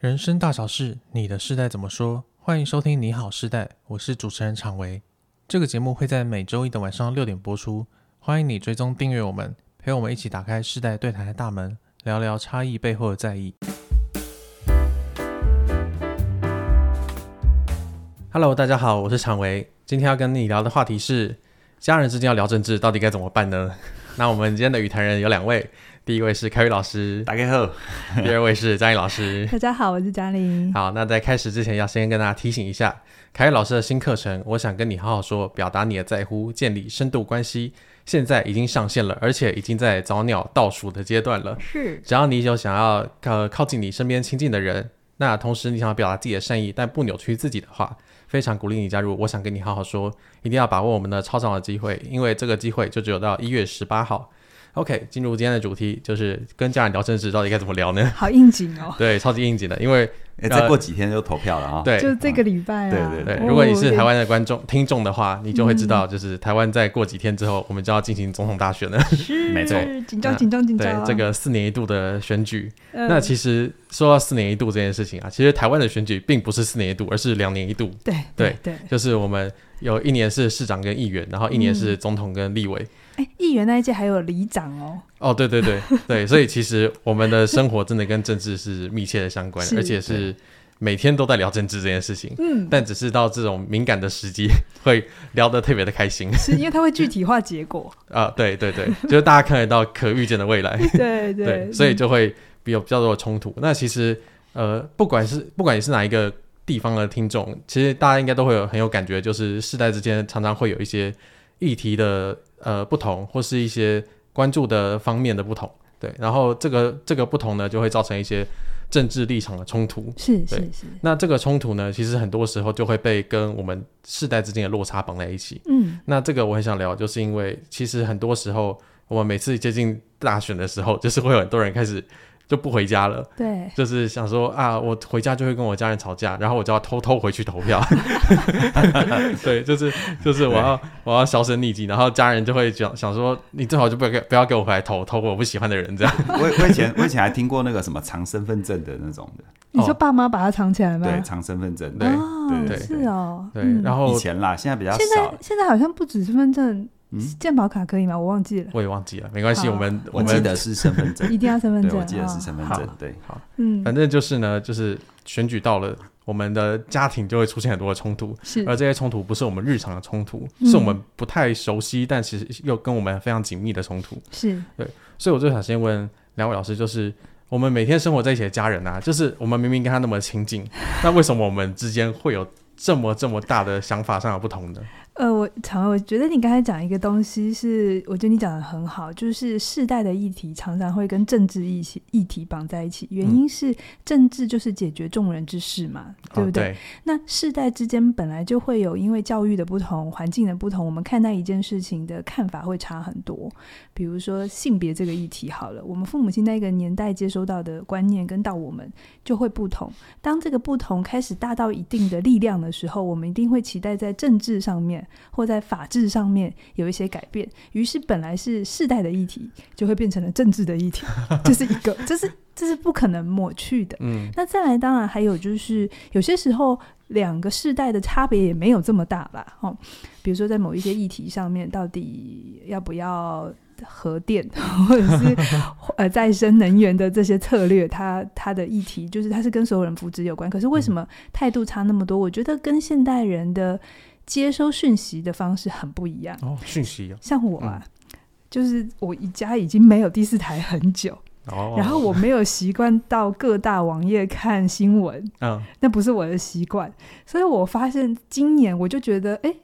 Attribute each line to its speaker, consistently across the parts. Speaker 1: 人生大小事，你的世代怎么说？欢迎收听《你好世代》，我是主持人常维。这个节目会在每周一的晚上六点播出，欢迎你追踪订阅我们，陪我们一起打开世代对谈的大门，聊聊差异背后的在意。Hello，大家好，我是常维。今天要跟你聊的话题是：家人之间要聊政治，到底该怎么办呢？那我们今天的语坛人有两位，第一位是凯宇老师，
Speaker 2: 打开后，
Speaker 1: 第二位是张毅老师。
Speaker 3: 大家好，我是嘉玲。
Speaker 1: 好，那在开始之前，要先跟大家提醒一下，凯宇老师的新课程《我想跟你好好说》，表达你的在乎，建立深度关系，现在已经上线了，而且已经在早鸟倒数的阶段了。
Speaker 3: 是
Speaker 1: 只要你有想要呃靠近你身边亲近的人，那同时你想要表达自己的善意，但不扭曲自己的话，非常鼓励你加入《我想跟你好好说》，一定要把握我们的超长的机会，因为这个机会就只有到一月十八号。OK，进入今天的主题，就是跟家人聊政治到底该怎么聊呢？
Speaker 3: 好应景哦，
Speaker 1: 对，超级应景的，因为
Speaker 2: 哎，再过几天就投票了啊！
Speaker 1: 对，
Speaker 3: 就这个礼拜啊。
Speaker 2: 对
Speaker 1: 对，
Speaker 3: 哦
Speaker 1: 如果你是台湾的观众、听众的话，你就会知道，就是台湾在过几天之后，我们就要进行总统大 选了。
Speaker 3: 是
Speaker 2: 没错
Speaker 3: 紧张紧张紧
Speaker 1: 对
Speaker 3: 张。，啊
Speaker 1: 这个四年一度的选举，
Speaker 3: 嗯
Speaker 1: 那其实说到四年一度这件事情啊，其实台湾的选举并不是四年一度，而是两年一度，
Speaker 3: 对
Speaker 1: 对
Speaker 3: 对。
Speaker 1: 就是我们有一年是市长跟议员，然后一年是总统跟立委。
Speaker 3: 哎，议员那一届还有里长哦，
Speaker 1: 哦，对对 对对，所以其实我们的生活真的跟政治是密切的相关，
Speaker 3: 是
Speaker 1: 而且是每天都在聊政治这件事情，
Speaker 3: 嗯，
Speaker 1: 但只是到这种敏感的时机会聊得特别的开心。
Speaker 3: 是因为他会具体化 结果。
Speaker 1: 啊，对对对，就是大家看得到可预见的未来，
Speaker 3: 对
Speaker 1: 对，
Speaker 3: 对，
Speaker 1: 所以
Speaker 3: 嗯
Speaker 1: 就会比有比较多的冲突。那其实呃，不管是不管你是哪一个地方的听众，其实大家应该都会有很有感觉，就是世代之间常常会有一些议题的呃不同，或是一些关注的方面的不同，对，然后这个这个不同呢，就会造成一些政治立场的冲突。
Speaker 3: 是
Speaker 1: 对
Speaker 3: 是是，
Speaker 1: 那这个冲突呢，其实很多时候就会被跟我们世代之间的落差绑在一起。
Speaker 3: 嗯，
Speaker 1: 那这个我很想聊，就是因为其实很多时候，我们每次接近大选的时候，就是会有很多人开始就不回家了，
Speaker 3: 对，
Speaker 1: 就是想说啊，我回家就会跟我家人吵架，然后我就要偷偷回去投票。 对，就是就是我要我要销声匿迹，然后家人就会想想说，你最好就不要给不要给我回来投投我不喜欢的人这样。
Speaker 2: 我我以前我以前还听过那个什么藏身份证的那种的，
Speaker 3: 你说爸妈把它藏起来吗？
Speaker 2: 对，藏身份证，
Speaker 1: 哦对
Speaker 3: 哦，
Speaker 2: 对对
Speaker 3: 是哦，
Speaker 1: 对，
Speaker 3: 嗯
Speaker 1: 然
Speaker 2: 以
Speaker 1: 后
Speaker 2: 前啦，现在比较
Speaker 3: 现
Speaker 2: 少
Speaker 3: 在。现在好像不止身份证
Speaker 2: 嗯，
Speaker 3: 健保卡可以吗？我忘记了，
Speaker 1: 我也忘记了，没关系，
Speaker 3: 好
Speaker 1: 我们
Speaker 2: 我
Speaker 1: 们
Speaker 2: 记得是身份证，
Speaker 3: 一定要身份
Speaker 2: 对，
Speaker 3: 证，
Speaker 2: 我记得是身份
Speaker 3: 哦
Speaker 2: 证
Speaker 3: 好，
Speaker 2: 对，
Speaker 3: 嗯，
Speaker 1: 反正就是呢，就是选举到了，我们的家庭就会出现很多的冲突。
Speaker 3: 是
Speaker 1: 而这些冲突不是我们日常的冲突，
Speaker 3: 嗯
Speaker 1: 是我们不太熟悉，但其实又跟我们非常紧密的冲突。
Speaker 3: 是，
Speaker 1: 所以我就想先问两位老师，就是我们每天生活在一起的家人啊，就是我们明明跟他那么亲近，那为什么我们之间会有这么这么大的想法上的不同呢？
Speaker 3: 呃，我常我觉得你刚才讲一个东西是，我觉得你讲的很好，就是世代的议题常常会跟政治议题议题绑在一起，原因是政治就是解决众人之事嘛，对不
Speaker 1: 哦、
Speaker 3: 对？
Speaker 1: 对？
Speaker 3: 那世代之间本来就会有因为教育的不同、环境的不同，我们看待一件事情的看法会差很多。比如说性别这个议题，好了，我们父母亲那个年代接收到的观念跟到我们就会不同。当这个不同开始大到一定的力量的时候，我们一定会期待在政治上面或在法治上面有一些改变。于是本来是世代的议题，就会变成了政治的议题，这是一个，这是这是不可能抹去的。
Speaker 1: 嗯，
Speaker 3: 那再来，当然还有就是，有些时候两个世代的差别也没有这么大啦。哦，比如说在某一些议题上面，到底要不要核电， 或者是呃再生能源的这些策略，它它的议题就是它是跟所有人福祉有关。可是为什么态度差那么多？我觉得跟现代人的接收讯息的方式很不一样。
Speaker 1: 哦，讯息哦
Speaker 3: 像我啊，就是我一家已经没有第四台很久，
Speaker 1: 哦，
Speaker 3: 然后我没有习惯到各大网页看新闻。
Speaker 1: 嗯，
Speaker 3: 那不是我的习惯，所以我发现今年我就觉得，哎、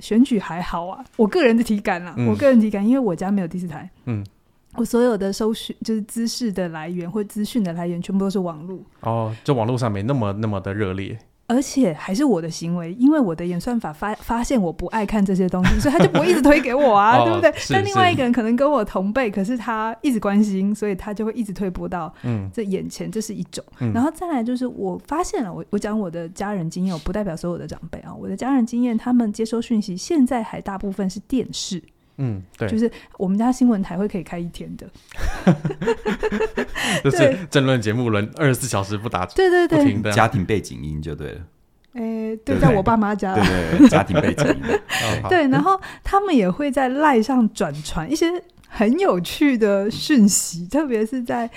Speaker 3: 选举还好啊，我个人的体感啦，
Speaker 1: 嗯
Speaker 3: 我个人体感，因为我家没有第四台，
Speaker 1: 嗯，
Speaker 3: 我所有的搜寻就是知识的来源或资讯的来源，全部都是网络，
Speaker 1: 哦，就网络上没那么那么的热烈，
Speaker 3: 而且还是我的行为，因为我的演算法发发现我不爱看这些东 西，所以他就不会一直推给我啊，
Speaker 1: 哦
Speaker 3: 对不对？
Speaker 1: 是
Speaker 3: 但另外
Speaker 1: 是
Speaker 3: 一个人可能跟我同辈，可是他一直关心，所以他就会一直推播到
Speaker 1: 嗯
Speaker 3: 这眼前，这是一种。
Speaker 1: 嗯
Speaker 3: 然后再来就是，我发现了，我我讲我的家人经验，我不代表所有的长辈啊，我的家人经验，他们接收讯息现在还大部分是电视，
Speaker 1: 嗯，对，
Speaker 3: 就是我们家新闻台会可以开一天的，
Speaker 1: 就是
Speaker 3: 对
Speaker 1: 政论节目轮二十四小时不打
Speaker 3: 对对
Speaker 1: 不
Speaker 3: 对，
Speaker 1: 停的。
Speaker 2: 家庭背景音就对了，
Speaker 3: 哎，
Speaker 2: 对
Speaker 3: 对，
Speaker 2: 不
Speaker 3: 在
Speaker 2: 对
Speaker 3: 我爸妈家
Speaker 2: 对对对，家庭背景音，
Speaker 1: 哦好
Speaker 3: 对，然后他们也会在赖上转传一些很有趣的讯息，特别是在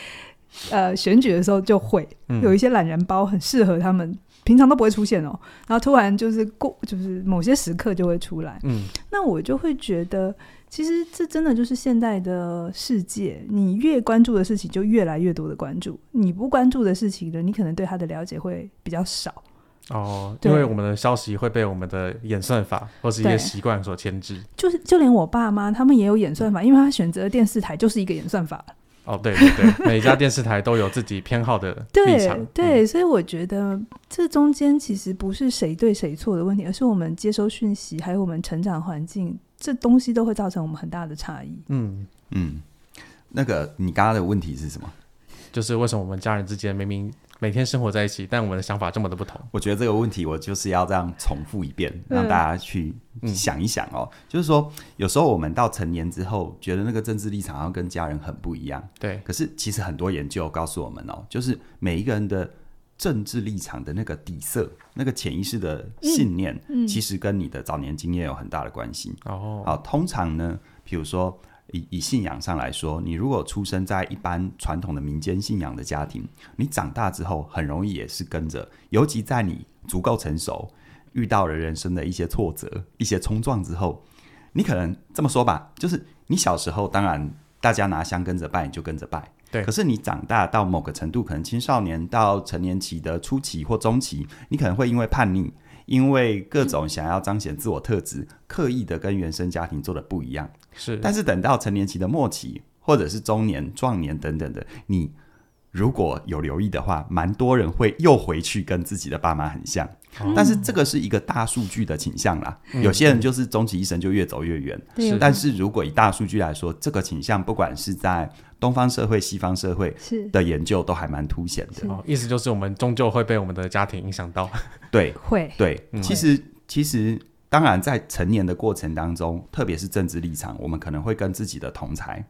Speaker 3: 呃选举的时候就会
Speaker 1: 嗯
Speaker 3: 有一些懒人包很适合他们，平常都不会出现哦，然后突然就是过就是某些时刻就会出来。
Speaker 1: 嗯
Speaker 3: 那我就会觉得，其实这真的就是现代的世界，你越关注的事情就越来越多的关注，你不关注的事情呢，你可能对它的了解会比较少。
Speaker 1: 哦，
Speaker 3: 对
Speaker 1: 因为我们的消息会被我们的演算法或是一些
Speaker 3: 对
Speaker 1: 习惯所牵制。
Speaker 3: 就是就连我爸妈他们也有演算法，因为他选择的电视台就是一个演算法，
Speaker 1: 哦，对对对，每一家电视台都有自己偏好的立
Speaker 3: 对
Speaker 1: 场。嗯
Speaker 3: 对，所以我觉得这中间其实不是谁对谁错的问题，而是我们接收讯息还有我们成长环境，这东西都会造成我们很大的差异。
Speaker 1: 嗯，
Speaker 2: 嗯，那个你刚刚的问题是什么？
Speaker 1: 嗯，就是为什么我们家人之间明明每天生活在一起，但我们的想法这么的不同？
Speaker 2: 我觉得这个问题我就是要这样重复一遍，
Speaker 3: 嗯
Speaker 2: 让大家去想一想哦。就是说，有时候我们到成年之后，觉得那个政治立场好像跟家人很不一样，
Speaker 1: 对，
Speaker 2: 可是其实很多研究告诉我们哦，就是每一个人的政治立场的那个底色、那个潜意识的信念，
Speaker 3: 嗯嗯
Speaker 2: 其实跟你的早年经验有很大的关系。
Speaker 1: 哦，
Speaker 2: 好，通常呢，比如说以以信仰上来说，你如果出生在一般传统的民间信仰的家庭，你长大之后很容易也是跟着，尤其在你足够成熟，遇到了人生的一些挫折、一些冲撞之后，你可能这么说吧，就是你小时候当然大家拿香跟着拜，你就跟着拜。
Speaker 1: 对
Speaker 2: 可是你长大到某个程度，可能青少年到成年期的初期或中期，你可能会因为叛逆，因为各种想要彰显自我特
Speaker 1: 嗯
Speaker 2: 质，刻意的跟原生家庭做的不一样。
Speaker 1: 是，
Speaker 2: 但是等到成年期的末期，或者是中年、壮年等等的，你如果有留意的话，蛮多人会又回去跟自己的爸妈很像。
Speaker 1: 哦
Speaker 2: 但是这个是一个大数据的倾向啦，
Speaker 1: 嗯
Speaker 2: 有些人就是终其一生就越走越远。
Speaker 1: 对是
Speaker 2: 但是如果以大数据来说，这个倾向不管是在东方社会、西方社会
Speaker 3: 是
Speaker 2: 的研究都还蛮凸显的
Speaker 3: 是。
Speaker 1: 哦，意思就是我们终究会被我们的家庭影响到。
Speaker 2: 对，
Speaker 3: 会
Speaker 2: 对，
Speaker 1: 嗯
Speaker 2: 其实其实当然在成年的过程当中，特别是政治立场，我们可能会跟自己的同才，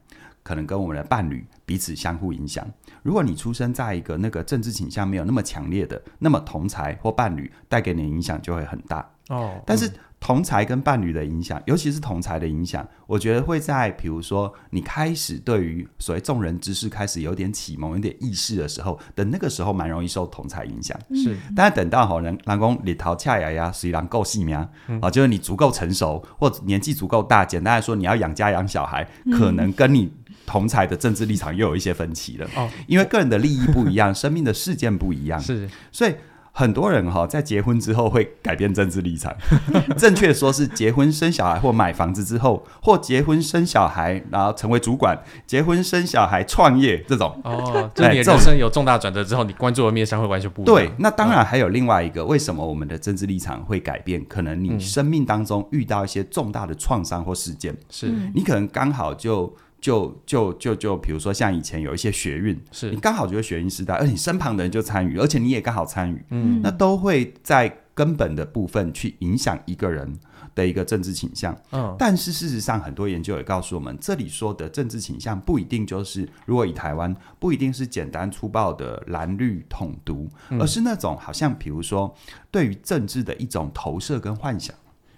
Speaker 2: 可能跟我们的伴侣彼此相互影响。如果你出生在一个那个政治倾向没有那么强烈的，那么同才或伴侣带给你的影响就会很大。
Speaker 1: 哦，
Speaker 2: 但是
Speaker 1: 嗯
Speaker 2: 同才跟伴侣的影响，尤其是同才的影响，我觉得会在比如说你开始对于所谓众人之事开始有点启蒙、有点意识的时候，等那个时候蛮容易受同才影响。
Speaker 1: 嗯是
Speaker 2: 但是等到吼人人工里头恰牙牙，虽然够细命
Speaker 1: 嗯
Speaker 2: 啊，就是你足够成熟或者年纪足够大，简单来说，你要养家养小孩，可能跟你同才的政治立场又有一些分歧了。
Speaker 1: 哦
Speaker 2: 因为个人的利益不 一样，生命的事件不一样，
Speaker 1: 是
Speaker 2: 所以。很多人哈、在结婚之后会改变政治立场， 正确说是结婚生小孩或买房子之后，或结婚生小孩然后成为主管，结婚生小孩创业这种，
Speaker 1: 哦，就是你的
Speaker 2: 这种
Speaker 1: 人生有重大转折之后，你关注的面向会完全不一样。
Speaker 2: 对，那当然还有另外一个，为什么我们的政治立场会改变？可能你生命当中遇到一些重大的创伤或事
Speaker 1: 嗯
Speaker 2: 件，
Speaker 1: 是
Speaker 3: 嗯
Speaker 2: 你可能刚好就就就就就，比如说像以前有一些学运，你
Speaker 1: 是，
Speaker 2: 刚好就是学运时代，而你身旁的人就参与，而且你也刚好参与，
Speaker 1: 嗯
Speaker 2: 那都会在根本的部分去影响一个人的一个政治倾向。
Speaker 1: 嗯，
Speaker 2: 但是事实上，很多研究也告诉我们，这里说的政治倾向不一定就是，如果以台湾，不一定是简单粗暴的蓝绿统独，
Speaker 1: 嗯
Speaker 2: 而是那种好像比如说对于政治的一种投射跟幻想。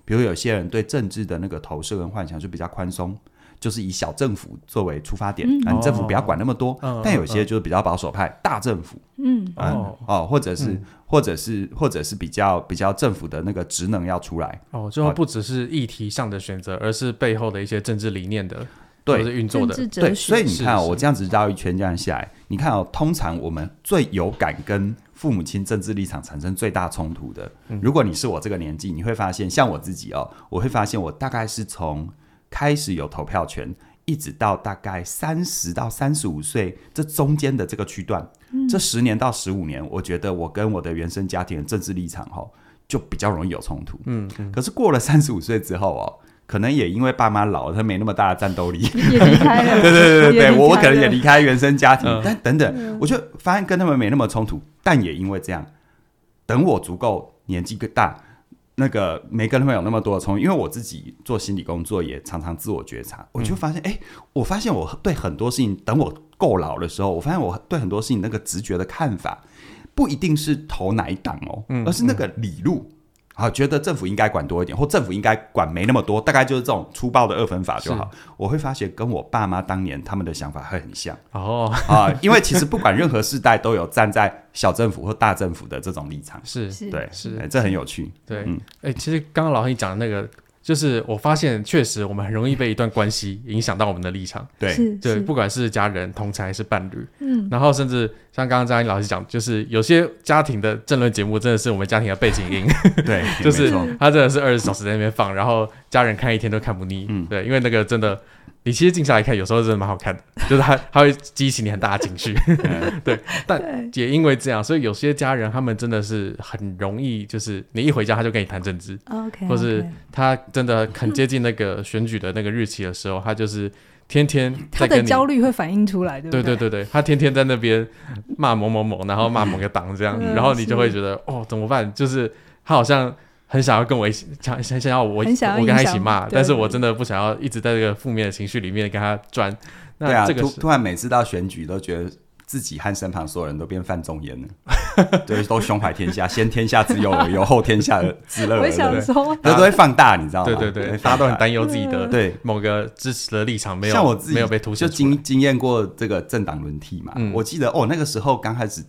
Speaker 2: 比如有些人对政治的那个投射跟幻想就比较宽松，就是以小政府作为出发点，
Speaker 3: 嗯
Speaker 2: 啊，你政府不要管那么多。
Speaker 1: 哦嗯嗯
Speaker 2: 但有些就是比较保守派，大政府，
Speaker 3: 嗯
Speaker 2: 嗯
Speaker 1: 哦
Speaker 2: 哦，或者是、
Speaker 1: 嗯
Speaker 2: 或者是或者是比较比较政府的那个职能要出来，
Speaker 1: 哦，最后不只是议题上的选择，而是背后的一些政治理念的，
Speaker 2: 对
Speaker 1: 或者是运作
Speaker 3: 政
Speaker 1: 的，
Speaker 3: 治
Speaker 2: 对，
Speaker 3: 哲
Speaker 2: 所以
Speaker 3: 学
Speaker 2: 你看、哦，
Speaker 1: 是
Speaker 2: 我这样子绕一圈这样下来，你看哦，通常我们最有感跟父母亲政治立场产生最大冲突的，
Speaker 1: 嗯
Speaker 2: 如果你是我这个年纪，你会发现，像我自己哦，我会发现我大概是从开始有投票权，一直到大概三十到三十五岁这中间的这个区段，
Speaker 1: 嗯
Speaker 2: 这十年到十五年，我觉得我跟我的原生家庭的政治立场哦，就比较容易有冲突。
Speaker 1: 嗯嗯，
Speaker 2: 可是过了三十五岁之后哦。可能也因为爸妈老了，他没那么大的战斗力，
Speaker 3: 也离开 了，
Speaker 2: 对对对对
Speaker 3: 也
Speaker 2: 对，
Speaker 3: 离
Speaker 2: 我我
Speaker 3: 开
Speaker 2: 可能也
Speaker 3: 了
Speaker 2: 离开原生家庭
Speaker 1: 嗯，
Speaker 2: 但等等，我就发现跟他们没那么冲突，但也因为这样，等我足够年纪更大，那个每个人会有那么多的冲动，因为我自己做心理工作也常常自我觉察，我
Speaker 3: 嗯
Speaker 2: 就发现，哎、我发现我对很多事情，等我够老的时候，我发现我对很多事情那个直觉的看法，不一定是投哪一档哦，
Speaker 1: 嗯
Speaker 2: 而是那个理路。啊，觉得政府应该管多一点，或政府应该管没那么多，大概就是这种粗暴的二分法就好。我会发现跟我爸妈当年他们的想法会很像。
Speaker 1: 哦，
Speaker 2: 啊、因为其实不管任何世代都有站在小政府或大政府的这种立场，
Speaker 1: 是
Speaker 3: 是
Speaker 2: 对，
Speaker 1: 是
Speaker 2: 哎这很有趣，
Speaker 1: 对，哎、
Speaker 2: 嗯
Speaker 1: 其实刚刚老黑讲的那个，就是我发现确实我们很容易被一段关系影响到我们的立场，
Speaker 2: 对，
Speaker 3: 是
Speaker 1: 对，
Speaker 3: 是
Speaker 1: 不管是家人、同才还是伴侣，
Speaker 3: 嗯，
Speaker 1: 然后甚至像刚刚张英老师讲，就是有些家庭的政论节目真的是我们家庭的背景音，
Speaker 2: 对，
Speaker 1: 就是
Speaker 2: 没错
Speaker 1: 他真的是二十小时在那边放，然后家人看一天都看不腻，
Speaker 2: 嗯
Speaker 1: 对，因为那个真的。你其实静下来看，有时候真的蛮好看的，就是它它会激起你很大的情绪。但
Speaker 3: 对
Speaker 1: 也因为这样，所以有些家人他们真的是很容易，就是你一回家他就跟你谈政治，
Speaker 3: ，OK，
Speaker 1: 或是他真的很接近那个选举的那个日期的时候，他就是天天
Speaker 3: 他
Speaker 1: 在
Speaker 3: 的
Speaker 1: 跟你。
Speaker 3: 焦虑会反映出来，对不
Speaker 1: 对对
Speaker 3: 对
Speaker 1: 对对，他天天在那边骂某某某，然后骂某个党这样，
Speaker 3: 嗯
Speaker 1: 然后你
Speaker 3: 是
Speaker 1: 就会觉得哦怎么办？就是他好像很想要跟我一起，想想想要我
Speaker 3: 很想要
Speaker 1: 我跟他一
Speaker 3: 影
Speaker 1: 起
Speaker 3: 响
Speaker 1: 骂，
Speaker 3: 对
Speaker 1: 但是我真的不想要一直在这个负面的情绪里面跟他转。
Speaker 2: 对啊，
Speaker 1: 那这个
Speaker 2: 突
Speaker 1: 是
Speaker 2: 突然每次到选举都觉得。自己和身旁所有人都变范仲淹了， 对，都胸怀天下，先天下之忧而忧，后天下之乐而
Speaker 3: 我
Speaker 2: 乐，
Speaker 3: 想
Speaker 2: 对
Speaker 3: 说，
Speaker 2: 大家都会放大，你知道吗？
Speaker 1: 对对啊对，
Speaker 2: 会
Speaker 1: 大家
Speaker 2: 放
Speaker 1: 都很担忧自己
Speaker 3: 嗯
Speaker 1: 的
Speaker 2: 对。
Speaker 1: 某个支持的立场没有
Speaker 2: 像我自己
Speaker 1: 没有被凸
Speaker 2: 就
Speaker 1: 显出来
Speaker 2: 经。经验过这个政党轮替嘛，
Speaker 1: 嗯
Speaker 2: 我记得哦，那个时候刚开始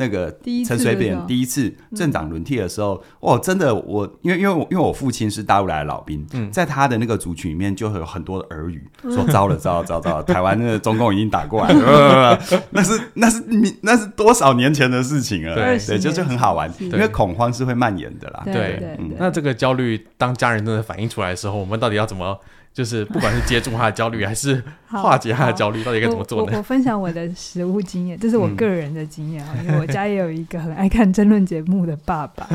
Speaker 2: 那个
Speaker 3: 第一次
Speaker 2: 陈水
Speaker 3: 的时
Speaker 2: 扁
Speaker 3: 候嗯
Speaker 2: 第一次政党轮替的时候，哦，真的我因为因为我因为我父亲是大陆来的老兵，
Speaker 1: 嗯
Speaker 2: 在他的那个族群里面就会有很多的耳语，
Speaker 3: 嗯
Speaker 2: 说糟了糟了糟了 糟了，台湾那个中共已经打过来 了，那是那是你那是多少年前的事情了，
Speaker 1: 对
Speaker 2: 对，就就很好玩，
Speaker 3: 是
Speaker 2: 因为恐慌是会蔓延的啦，
Speaker 3: 对
Speaker 1: 对
Speaker 3: 对
Speaker 2: 嗯
Speaker 3: 对，
Speaker 1: 那这个焦虑，当家人真的反映出来的时候，我们到底要怎么，就是不管是接住他的焦虑，还是
Speaker 3: 好
Speaker 1: 化解他的
Speaker 3: 好
Speaker 1: 焦虑，到底该怎么做
Speaker 3: 我
Speaker 1: 呢嗯
Speaker 3: 我？我分享我的食物经验，这是我个人的经验啊，因为我家也有一个很爱看争论节目的爸爸。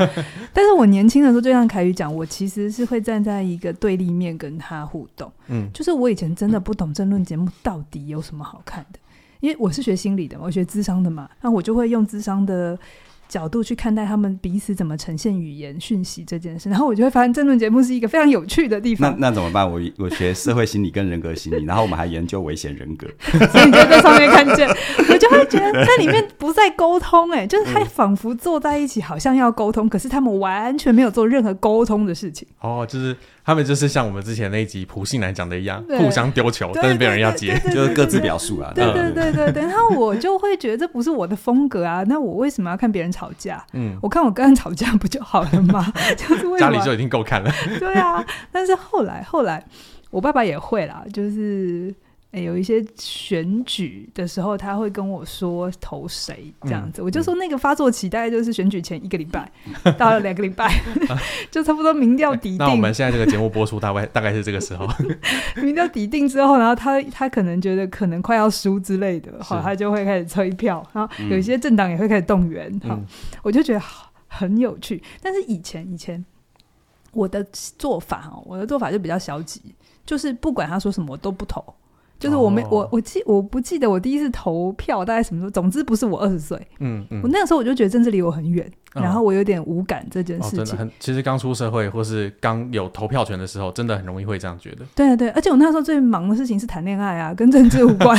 Speaker 3: 但是我年轻的时候，就像凯宇讲，我其实是会站在一个对立面跟他互动。
Speaker 1: 嗯
Speaker 3: 就是我以前真的不懂争论节目到底有什么好看的，因为我是学心理的嘛，我学智商的嘛，那我就会用智商的。角度去看待他们彼此怎么呈现语言讯息这件事，然后我就会发现争论节目是一个非常有趣的地
Speaker 2: 那
Speaker 3: 方，
Speaker 2: 那怎么办？我我学社会心理跟人格心理，然后我们还研究危险人格。
Speaker 3: 所以你就在上面看 见，我就会觉得在里面不在沟通、哎，就是
Speaker 1: 嗯
Speaker 3: 他仿佛坐在一起，好像要沟通，可是他们完全没有做任何沟通的事情，
Speaker 1: 哦，就是他们就是像我们之前那一集普信男讲的一样，
Speaker 3: 对
Speaker 1: 互相丢球，
Speaker 3: 对
Speaker 1: 哦但是没有人要接。
Speaker 3: 对对对
Speaker 2: 就是各自
Speaker 3: 对
Speaker 2: 表述啊。
Speaker 3: 对
Speaker 1: 嗯
Speaker 3: 对对对对，然后我就会觉得这不是我的风格啊，那我为什么要看别人吵架？
Speaker 1: 嗯，
Speaker 3: 我看我跟人吵架不就好了吗？ 就是为什
Speaker 1: 家里
Speaker 3: 么
Speaker 1: 就已经够看了。
Speaker 3: 对啊，但是后来后来，我爸爸也会啦，就是、诶有一些选举的时候，他会跟我说投谁这
Speaker 1: 嗯
Speaker 3: 样子，我就说那个发作期大概就是选举前一个礼拜到了两个礼拜， 就差不多民调底
Speaker 1: 那我
Speaker 3: 定，
Speaker 1: 们现在这个节目播出，大概大概是这个时 候。
Speaker 3: 民调底定之后，然后他他可能觉得可能快要输之类的，好，
Speaker 1: 是
Speaker 3: 他就会开始催票，然后
Speaker 2: 嗯
Speaker 3: 有一些政党也会开始动员，好
Speaker 1: 嗯，
Speaker 3: 我就觉得好很有趣。但是以前以前我的做法哦，我的做法就比较消极，就是不管他说什么我都不投，就是我没、
Speaker 1: 哦
Speaker 3: 我我记我不记得我第一次投票大概什么时候，总之不是我二十岁，
Speaker 1: 嗯嗯
Speaker 3: 我，那个时候我就觉得政治离我很远，
Speaker 1: 嗯
Speaker 3: 然后我有点无感这件
Speaker 1: 哦，
Speaker 3: 事
Speaker 1: 真
Speaker 3: 情
Speaker 1: 的。很，其实刚出社会或是刚有投票权的时候，真的很容易会这样觉 得。
Speaker 3: 对啊对啊，而且我那时候最忙的事情是谈恋爱啊，跟政治无关，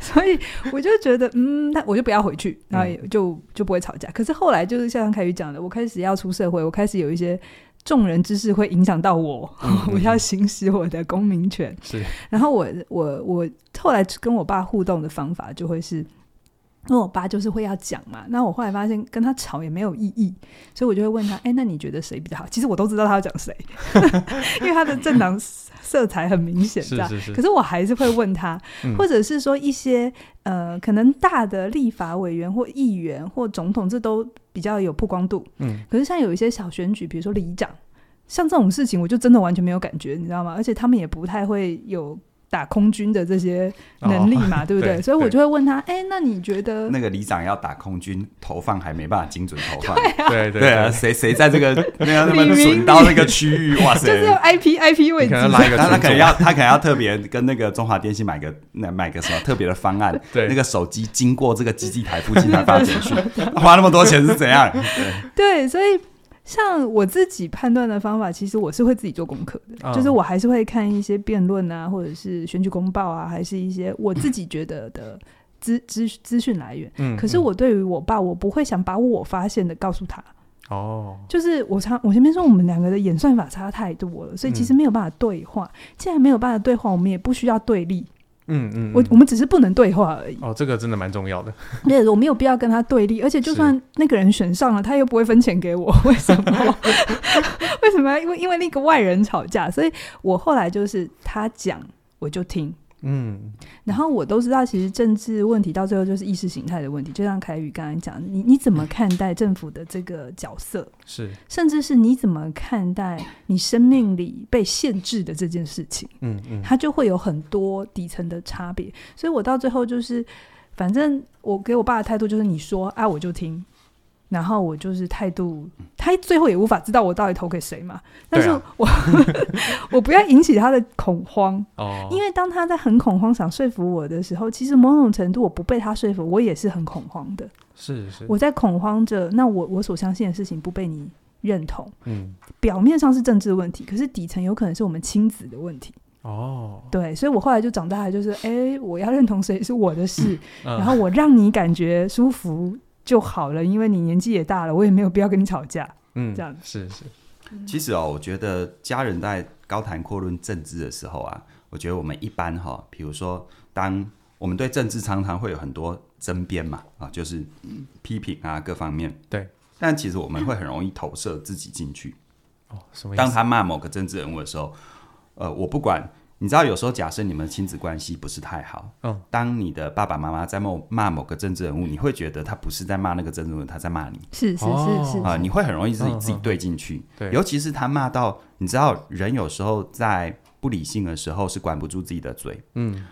Speaker 3: 所以我就觉得，嗯，那我就不要回去，然后也就、就不会吵架。可是后来就是像凯宇讲的，我开始要出社会，我开始有一些众人之事会影响到我， 我要行使我的公民权。
Speaker 1: 嗯是，
Speaker 3: 然后我我我后来跟我爸互动的方法就会是。因为我爸就是会要讲嘛，那我后来发现跟他吵也没有意义，所以我就会 问他，哎、那你觉得谁比较好？其实我都知道他要讲谁， 因为他的政党色彩很明显，这
Speaker 1: 是
Speaker 3: 样。
Speaker 1: 是是
Speaker 3: 可。是我还是会问他，
Speaker 1: 嗯
Speaker 3: 或者是说一些呃，可能大的立法委员或议员或总统，这都比较有曝光度。
Speaker 1: 嗯，
Speaker 3: 可是像有一些小选举，比如说里长，像这种事情，我就真的完全没有感觉，你知道吗？而且他们也不太会有打空军的这些能力嘛，对不对？
Speaker 1: 哦对
Speaker 3: 所以我
Speaker 1: 对
Speaker 3: 就会问他，哎、那你觉得？
Speaker 2: 那个里长要打空军，投放还没办法精准投放。
Speaker 1: 对对
Speaker 2: 对啊，
Speaker 1: 对，
Speaker 2: 谁谁在 这个那个那
Speaker 3: 李
Speaker 2: 么
Speaker 3: 明
Speaker 2: 损到那个区域，哇塞！
Speaker 3: 就是要 IP IP 位
Speaker 1: 你
Speaker 3: 置
Speaker 1: 可，能拉一个
Speaker 2: 他
Speaker 1: 群
Speaker 2: 他啊可能
Speaker 1: 组
Speaker 2: 要他可能要特别跟那个中华电信买个那买个什么特别的方案，
Speaker 1: 对
Speaker 2: 那个手机经过这个基地台附近才发简讯，花那么多钱是怎样？
Speaker 3: 对，所以像我自己判断的方法，其实我是会自己做功课的，
Speaker 1: 嗯
Speaker 3: 就是我还是会看一些辩论啊，或者是选举公报啊，还是一些我自己觉得的资资资讯来源。
Speaker 1: 嗯，
Speaker 3: 可是我对于我爸，我不会想把我发现的告诉他，
Speaker 1: 嗯哦，
Speaker 3: 就是我常我前面说我们两个的演算法差太多了，所以其实没有办法对话。既然没有办法对话，我们也不需要对立，
Speaker 1: 嗯嗯，
Speaker 3: 我
Speaker 1: 嗯
Speaker 3: 我们只是不能对话而 已。
Speaker 1: 哦，这个真的蛮重要的。
Speaker 3: 对，我没有必要跟他对立，而且就是算那个人选上了，他又不会分钱给我， 为什么？为什么要因为因为那个外人吵架？所以我后来就是他讲我就听，
Speaker 1: 嗯
Speaker 3: 然后我都知道，其实政治问题到最后就是意识形态的问题。就像凯宇刚才讲，你你怎么看待政府的这个角色，
Speaker 1: 是，
Speaker 3: 甚至是你怎么看待你生命里被限制的这件事情？
Speaker 1: 嗯嗯，
Speaker 3: 它就会有很多底层的差别。所以我到最后就是，反正我给我爸的态度就是你说啊我就听，然后我就是态度，他最后也无法知道我到底投给谁嘛。但是
Speaker 1: 对啊
Speaker 3: 我、 我不要引起他的恐慌，
Speaker 1: 哦，
Speaker 3: 因为当他在很恐慌想说服我的时候，其实某种程度我不被他说服，我也是很恐慌的。
Speaker 1: 是是，
Speaker 3: 我在恐慌着，那我我所相信的事情不被你认同，
Speaker 1: 嗯
Speaker 3: 表面上是政治问题，可是底层有可能是我们亲子的问题。
Speaker 1: 哦，
Speaker 3: 对，所以我后来就长大了，就是哎、我要认同谁是我的事，
Speaker 1: 然
Speaker 2: 嗯
Speaker 3: 然后我让你感觉舒服就好了，因为你年纪也大了，我也没有必要跟你吵架。
Speaker 1: 嗯
Speaker 3: 这样
Speaker 1: 是是，
Speaker 2: 其实哦，我觉得家人在高谈阔论政治的时候啊，我觉得我们一般哈、比如说，当我们对政治常常会有很多争辩嘛，啊，就是嗯批评啊各方面。
Speaker 1: 对。
Speaker 2: 但其实我们会很容易投射自己进去。
Speaker 1: 哦，什么意
Speaker 2: 当
Speaker 1: 思？
Speaker 2: 他骂某个政治人物的时候，呃，我不管。你知道，有时候假设你们亲子关系不是太好，
Speaker 1: 嗯，
Speaker 2: 当你的爸爸妈妈在某骂某个政治人物，你会觉得他不是在骂那个政治人物，他在骂你。
Speaker 3: 是是是
Speaker 1: 哦
Speaker 3: 是，
Speaker 2: 啊、你会很容易自己
Speaker 1: 嗯
Speaker 2: 自己
Speaker 1: 嗯
Speaker 2: 对进去。
Speaker 1: 对
Speaker 2: 尤其是他骂到，你知道人有时候在不理性的时候是管不住自己的嘴。
Speaker 1: 嗯，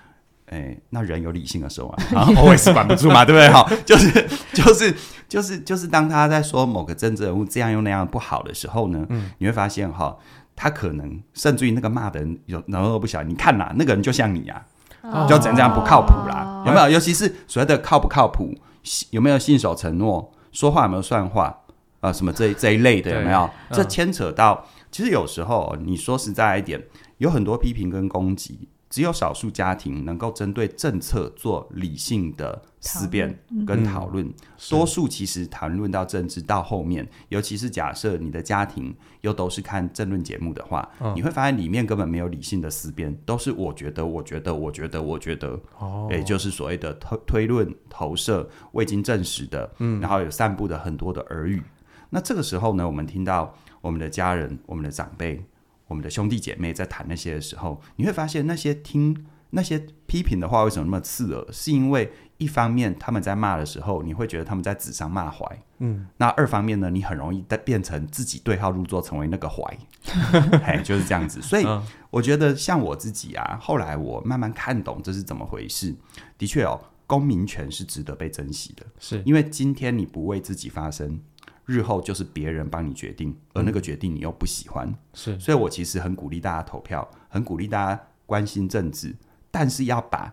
Speaker 2: 哎，那人有理性的时 候啊，啊我也是管不住嘛，对不对？哈，就是就是就是就是，当他在说某个政治人物这样又那样不好的时候呢，
Speaker 1: 嗯
Speaker 2: 你会发现哈、他可能甚至于那个骂的人有，然后不小心，你看啦，那个人就像你啊，
Speaker 1: 哦
Speaker 2: 就怎样不靠谱啦，有
Speaker 1: 哦
Speaker 2: 没有？尤其是所谓的靠不靠谱，信有没有信守承诺，说话有没有算话啊、什么这这一类的
Speaker 1: 对
Speaker 2: 有没有？
Speaker 1: 嗯
Speaker 2: 这牵扯到，其实有时候你说实在一点，有很多批评跟攻击，只有少数家庭能够针对政策做理性的思辨
Speaker 3: 讨论嗯
Speaker 2: 跟讨论，
Speaker 1: 是
Speaker 2: 多数其实谈论到政治到后面，尤其是假设你的家庭又都是看政论节目的话，
Speaker 1: 嗯
Speaker 2: 你会发现里面根本没有理性的思辨，都是我觉得，我觉得，我觉得，我觉得，
Speaker 1: 哦，
Speaker 2: 也就是所谓的推推论、投射、未经证实的，嗯，然后有散布的很多的耳语。那这个时候呢，我们听到我们的家人、我们的长辈、我们的兄弟姐妹在谈那些的时候，你会发现那些听那些批评的话为什么那么刺耳？是因为一方面他们在骂的时候，你会觉得他们在指桑骂槐，
Speaker 1: 嗯，
Speaker 2: 那二方面呢，你很容易在变成自己对号入座，成为那个 槐，嘿，就是这样子。所以
Speaker 1: 嗯
Speaker 2: 我觉得像我自己啊，后来我慢慢看懂这是怎么回事。的确哦，公民权是值得被珍惜的，
Speaker 1: 是
Speaker 2: 因为今天你不为自己发声，日后就是别人帮你决定，而那个决定你又不喜欢。
Speaker 1: 是
Speaker 2: 所以我其实很鼓励大家投票，很鼓励大家关心政治，但是要把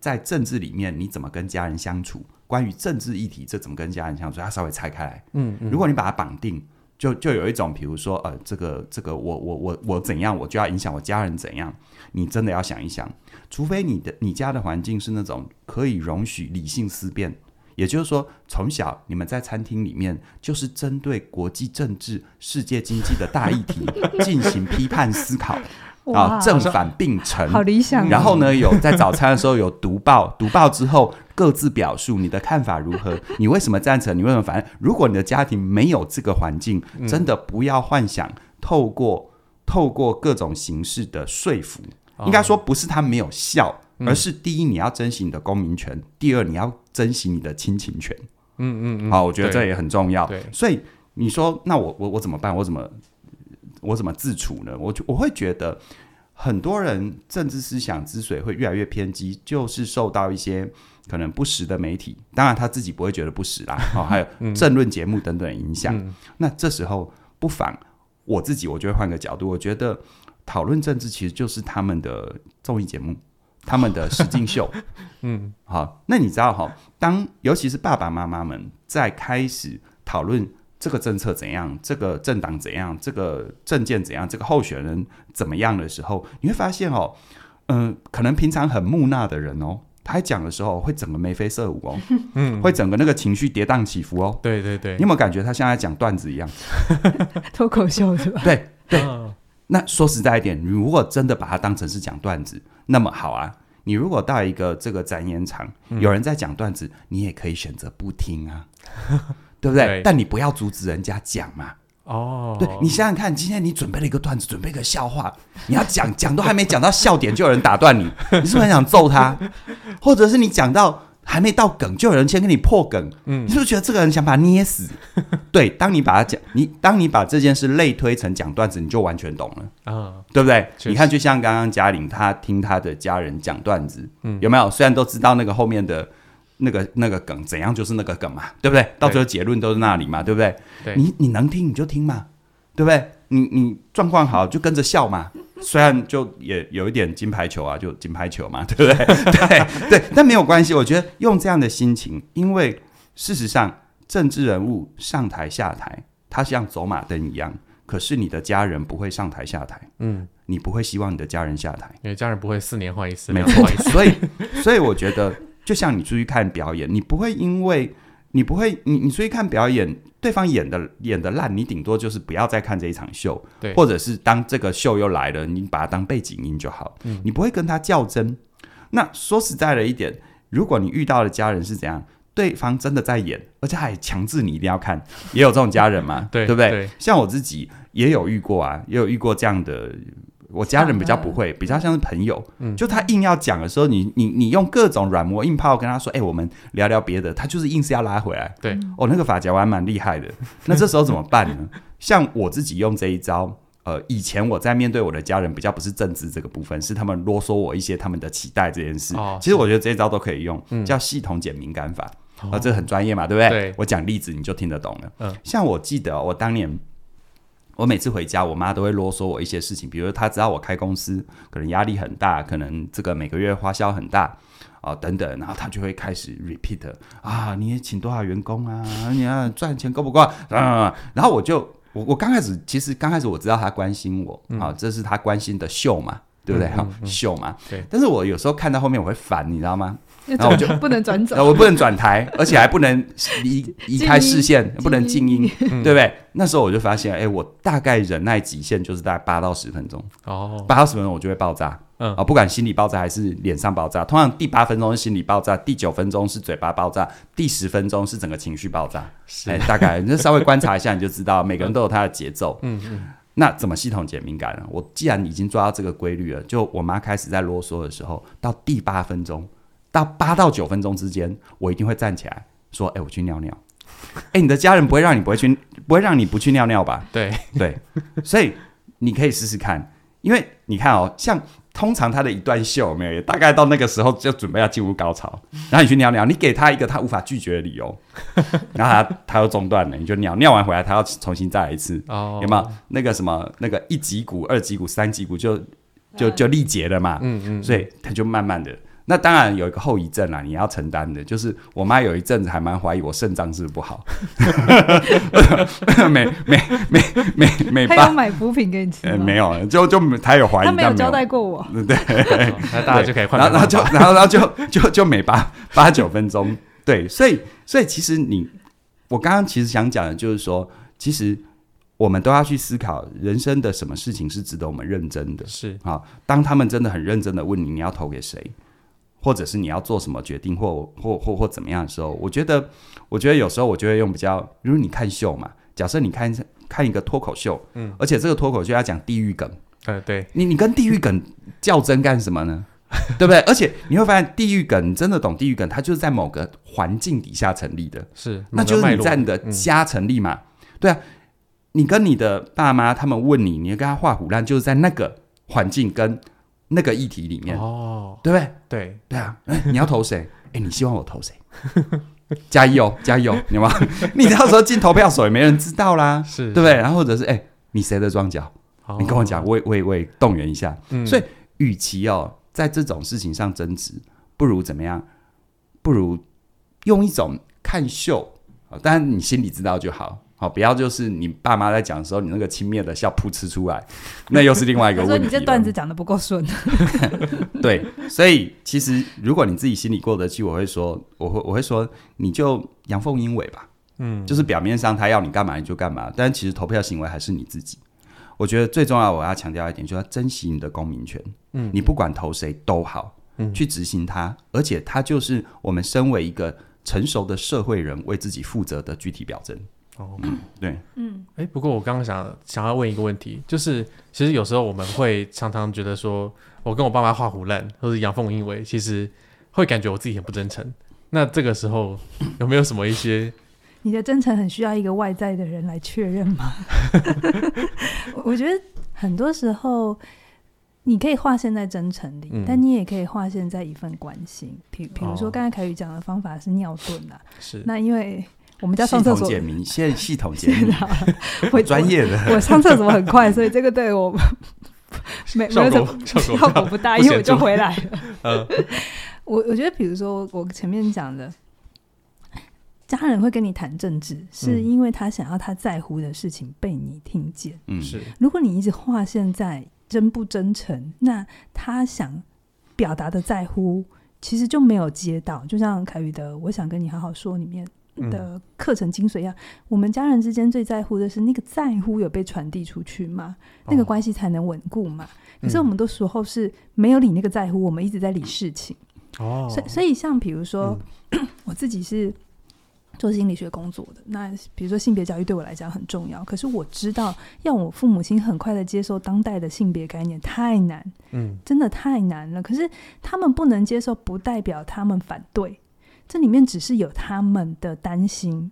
Speaker 2: 在政治里面你怎么跟家人相处，关于政治议题这怎么跟家人相处，要稍微拆开来。
Speaker 1: 嗯嗯，
Speaker 2: 如果你把它绑定，就就有一种，比如说，呃，这个这个我我我我怎样，我就要影响我家人怎样。你真的要想一想，除非你的你家的环境是那种可以容许理性思辨，也就是说，从小你们在餐厅里面就是针对国际政治、世界经济的大议 题进行批判思考啊，
Speaker 3: 哇，
Speaker 2: 正反并陈。
Speaker 3: 好理想、
Speaker 2: 然后？呢，有在早餐的时候有读报，读报之后各自表述你的看法如何， 你为什么赞成，你为什么反对？如果你的家庭没有这个环境，真的不要幻想透过透过各种形式的说服。
Speaker 1: 哦嗯
Speaker 2: 应该说不是他没有效，而是第一你要珍惜你的公民权，第二你要珍惜你的亲情权。
Speaker 1: 嗯嗯嗯，
Speaker 2: 好，我觉得
Speaker 1: 对
Speaker 2: 这也很重要。
Speaker 1: 对
Speaker 2: 所以你说，那我我我怎么办？我怎么我怎么自处呢？我就我会觉得，很多人政治思想之所以会越来越偏激，就是受到一些可能不实的媒体，当然他自己不会觉得不实 啦，哦，还有政论节目等等的影响。
Speaker 1: 嗯
Speaker 2: 那这时候不妨我自己，我就会换个角度，我觉得讨论政治其实就是他们的综艺节目，他们的实境秀。
Speaker 1: 嗯，
Speaker 2: 好，那你知道哈、当尤其是爸爸妈妈们在开始讨论这个政策怎样，这个政党怎样，这个政见怎样，这个候选人怎么样的时候，你会发现哦，嗯、可能平常很木讷的人哦，他在讲的时候会整个眉飞色舞哦，
Speaker 1: 嗯，
Speaker 2: 会整个那个情绪跌宕起伏哦。
Speaker 1: 对对对
Speaker 2: 你有，没有感觉他像在讲段子一样？
Speaker 3: 哦脱口秀是 吧？
Speaker 2: 对，对
Speaker 1: 嗯
Speaker 2: 那说实在一点，你如果真的把它当成是讲段子，那么好啊。你如果到一个这个展演场，有人在讲段子，你也可以选择不听啊，对不对？
Speaker 1: 对
Speaker 2: 但你不要阻止人家讲嘛。
Speaker 1: 哦，
Speaker 2: 对你想想看，今天你准备了一个段子，准备一个笑话，你要讲讲都还没讲到笑点，就有人打断你，你是不是很想 揍他？或者是你讲到还没到梗，就有人先跟你破梗，
Speaker 1: 嗯
Speaker 2: 你是不是觉得这个人想把他捏死？对，当你把他讲，你当你把这件事类推成讲段子，你就完全懂了。
Speaker 1: 啊，
Speaker 2: 对不对？
Speaker 1: 确实
Speaker 2: 你看，就像刚刚嘉玲，她听她的家人讲段子，
Speaker 1: 嗯
Speaker 2: 有没有？虽然都知道那个后面的那个那个梗怎样，就是那个梗嘛，对不对？到最后结论都是那里嘛，对不对？
Speaker 1: 对
Speaker 2: 你你能听你就听嘛，对不对？你你状况好就跟着笑嘛。虽然就也有一点金牌球啊，就金牌球嘛，对不对？对对，但没有关系。我觉得用这样的心情，因为事实上政治人物上台下台，他像走马灯一样，可是你的家人不会上台下台。
Speaker 1: 嗯，
Speaker 2: 你不会希望你的家人下台，
Speaker 1: 因为家人不会四年换一次，
Speaker 2: 没
Speaker 1: 两年
Speaker 2: 错
Speaker 1: 换一。次，
Speaker 2: 所以，所以我觉得，就像你出去看表演，你不会因为你不会你你出去看表演，对方演的演的烂，你顶多就是不要再看这一场秀，
Speaker 1: 对
Speaker 2: 或者是当这个秀又来了，你把它当背景音就好，
Speaker 1: 嗯
Speaker 2: 你不会跟他较真。那说实在的一点，如果你遇到的家人是怎样，对方真的在演，而且还强制你一定要看，也有这种家人嘛，
Speaker 1: 对
Speaker 2: 对不对？
Speaker 1: 对
Speaker 2: 像我自己也有遇过啊，也有遇过这样的。我家人比较不会，比较像是朋友。
Speaker 1: 嗯
Speaker 2: 就他硬要讲的时候，你你你用各种软磨硬泡跟他说：“哎、我们聊聊别的。”他就是硬是要拉回来。
Speaker 1: 对，
Speaker 3: 嗯
Speaker 2: 哦，那个发夹弯蛮厉害的。 那这时候怎么办呢？像我自己用这一招，呃，以前我在面对我的家人比较不是政治这个部分，是他们啰嗦我一些他们的期待这件事。
Speaker 1: 哦
Speaker 2: 其实我觉得这一招都可以用，
Speaker 1: 嗯
Speaker 2: 叫系统减敏感法。啊、
Speaker 1: 哦
Speaker 2: 这很专业嘛，对不对？
Speaker 1: 对
Speaker 2: 我讲例子你就听得懂了。
Speaker 1: 嗯
Speaker 2: 像我记得哦、我当年，我每次回家，我妈都会啰嗦我一些事情，比如说她知道我开公司，可能压力很大，可能这个每个月花销很大啊、等等，然后她就会开始 repeat 啊，你也请多少员工啊，你要赚钱够不够啊？啊然后我就我我刚开始其实刚开始我知道她关心我、啊，这是她关心的秀嘛。对不对？
Speaker 1: 嗯
Speaker 2: 哈、
Speaker 1: 嗯嗯
Speaker 2: 秀嘛。
Speaker 1: 对
Speaker 2: 但是我有时候看到后面我会烦，你知道吗？
Speaker 3: 要
Speaker 2: 然后我就
Speaker 3: 转不 能转
Speaker 2: 呃，
Speaker 3: 走，
Speaker 2: 我不能转 台，而且还不能离移
Speaker 3: 静
Speaker 2: 开
Speaker 3: 音
Speaker 2: 视线，不能静
Speaker 3: 静
Speaker 2: 音
Speaker 3: 音，
Speaker 2: 对
Speaker 1: 嗯
Speaker 2: 不对？那时候我就发现，哎，我大概忍耐极限就是大概八到十分钟，
Speaker 1: 哦，
Speaker 2: 八到十分钟我就会爆炸。
Speaker 1: 嗯
Speaker 2: 啊，不管心理爆炸还是脸上爆炸，通常第八分钟是心理爆炸，第九分钟是嘴巴爆炸，第十分钟是整个情绪爆炸。
Speaker 1: 是
Speaker 2: 哎，，大概你就稍微观察一下，你就知道每个人都有他的节奏。
Speaker 1: 嗯嗯，
Speaker 2: 那怎么系统减敏感呢？我既然已经抓到这个规律了，就我妈开始在啰嗦的时候，到第八分钟，到八到九分钟之间，我一定会站起来说：“哎、我去尿尿。”哎，你的家人不会让你不会去，不会让你不去尿尿吧？
Speaker 1: 对，
Speaker 2: 对，所以你可以试试看，因为你看哦，像通常他的一段秀有没有，也大概到那个时候就准备要进入高潮，然后你去尿尿，你给他一个他无法拒绝的理由， 然后他他又中断了，你就尿尿完回来，他要重新再来一次，
Speaker 1: 哦，
Speaker 2: 有没有？那个什么那个一级股、二级股、三级股就就就力竭了嘛，
Speaker 1: 嗯嗯，
Speaker 2: 所以他就慢慢的。那当然有一个后遗症啊啦，你要承担的，就是我妈有一阵子还蛮怀疑我肾脏是不是不 好，每每每每每
Speaker 3: 他
Speaker 2: 八
Speaker 3: 有买补品给你吃
Speaker 2: 呃
Speaker 3: 吗？
Speaker 2: 没有，就就她有怀疑，
Speaker 3: 他
Speaker 2: 但
Speaker 3: 没有交代过我。
Speaker 1: 哦那大家就可以换
Speaker 2: 然
Speaker 1: 个
Speaker 2: 后然后
Speaker 1: 方
Speaker 2: 就
Speaker 1: 法，
Speaker 2: 然后然后就就就每八八九分钟，对，所以所以其实你我刚刚其实想讲的就是说，其实我们都要去思考人生的什么事情是值得我们认真的。
Speaker 1: 是，
Speaker 2: 好，当他们真的很认真的问你你要投给谁，或者是你要做什么决定或或或或怎么样的时候，我觉得，我觉得有时候我就会用比较，如果你看秀嘛，假设你看看一个脱口秀，嗯，而且这个脱口秀要讲地域梗，
Speaker 1: 嗯，对，
Speaker 2: 你你跟地域梗较真干什么呢？ 对不对？而且你会发现，地域梗你真的懂地域梗，它就是在某个环境底下成立的。
Speaker 1: 是，
Speaker 2: 那就
Speaker 1: 某个
Speaker 2: 是
Speaker 1: 脉
Speaker 2: 你
Speaker 1: 络
Speaker 2: 在你的
Speaker 1: 嗯
Speaker 2: 家成立嘛。对啊，你跟你的爸妈他们问你，你跟他画虎烂，就是在那个环境跟那个议题里面，
Speaker 1: 哦，
Speaker 2: 对不对？
Speaker 1: 对，
Speaker 2: 对啊，哎你要投谁？哎、你希望我投谁？加油，加油，你吗？ 你到时候进投票所也没人知道啦，
Speaker 1: 是，
Speaker 2: 对不对？然后或者是哎、你谁的庄脚？
Speaker 1: 哦
Speaker 2: 你跟我讲，，我也我也我也动员一下。
Speaker 1: 嗯
Speaker 2: 所以，与其哦在这种事情上争执，不如怎么样？不如用一种看秀啊，当然你心里知道就好好、不要就是你爸妈在讲的时候，你那个轻蔑的笑噗嗤出来，那又是另外一个
Speaker 3: 他
Speaker 2: 问
Speaker 3: 说
Speaker 2: 题了。
Speaker 3: 你这段子讲的不够顺，
Speaker 2: 对，所以其实如果你自己心里过得去，我会说，我会我会说，你就阳奉阴违吧，嗯，就是表面上他要你干嘛你就干嘛，但其实投票行为还是你自己。我觉得最重要，我要强调一点，就是要珍惜你的公民权，嗯，你不管投谁都好，嗯，去执行它，而且它就是我们身为一个成熟的社会人为自己负责的具体表征。
Speaker 1: 哦
Speaker 2: 嗯，对，
Speaker 1: 哎、不过我刚刚想想要问一个问题，就是其实有时候我们会常常觉得说，我跟我爸妈画虎烂，或者阳奉阴违，其实会感觉我自己很不真诚。那这个时候有没有什么一些
Speaker 3: 你的真诚很需要一个外在的人来确认吗？我我觉得很多时候，你可以划线在真诚里，
Speaker 1: 嗯
Speaker 3: 但你也可以划线在一份关心。比比如
Speaker 1: 哦
Speaker 3: 说，刚才凯宇讲的方法是尿遁啊，
Speaker 1: 是
Speaker 3: 那因为我们家
Speaker 2: 系
Speaker 3: 上厕
Speaker 2: 统
Speaker 3: 所
Speaker 2: 解谜，现在系统 解
Speaker 3: 是
Speaker 2: 谜
Speaker 3: 的，我
Speaker 2: 专业的
Speaker 3: 我上厕所很快，所以这个对我 没没
Speaker 1: 效
Speaker 3: 有什
Speaker 1: 果
Speaker 3: 么
Speaker 1: 效果不
Speaker 3: 效果
Speaker 1: 大
Speaker 3: 不大，
Speaker 1: 不
Speaker 3: 因为
Speaker 1: 显
Speaker 3: 我就
Speaker 1: 著
Speaker 3: 回来了。
Speaker 1: 呃
Speaker 3: 我我觉得，比如说我前面讲的，家人会跟你谈政治，是
Speaker 1: 嗯
Speaker 3: 因为他想要他在乎的事情被你听见。
Speaker 2: 嗯，
Speaker 1: 是
Speaker 3: 如果你一直划线在真不真诚，那他想表达的在乎，其实就没有接到。就像凯宇的《我想跟你好好说》里面
Speaker 1: 嗯
Speaker 3: 的课程精髓一样，我们家人之间最在乎的是那个在乎有被传递出去吗？那个
Speaker 1: 哦
Speaker 3: 关系才能稳固嘛。可是
Speaker 1: 嗯
Speaker 3: 我们的时候是没有理那个在乎，我们一直在理事情。
Speaker 1: 哦，
Speaker 3: 所以所以像比如说， 我自己是做心理学工作的，那比如说性别教育对我来讲很重要，可是我知道要我父母亲很快的接受当代的性别概念太难，
Speaker 1: 嗯
Speaker 3: 真的太难了。可是他们不能接受，不代表他们反对，这里面只是有他们的担心。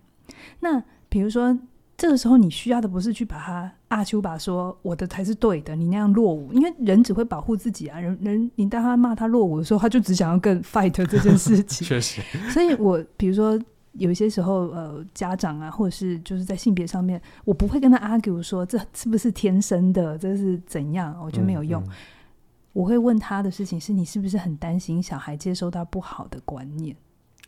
Speaker 3: 那比如说，这个时候你需要的不是去把他阿丘把说我的才是对的，你那样落伍，因为人只会保护自己啊。人人你当他骂他落伍的时候，他就只想 要更 fight 这件事情。
Speaker 1: 确实
Speaker 3: 所以我比如说有一些时候，呃，家长啊，或者是就是在性别上面，我不会跟他 argue 说这是不是天生的，这是怎样，我觉得没有
Speaker 1: 嗯
Speaker 3: 用。
Speaker 1: 嗯
Speaker 3: 我会问他的事情是你是不是很担心小孩接收到不好的观念？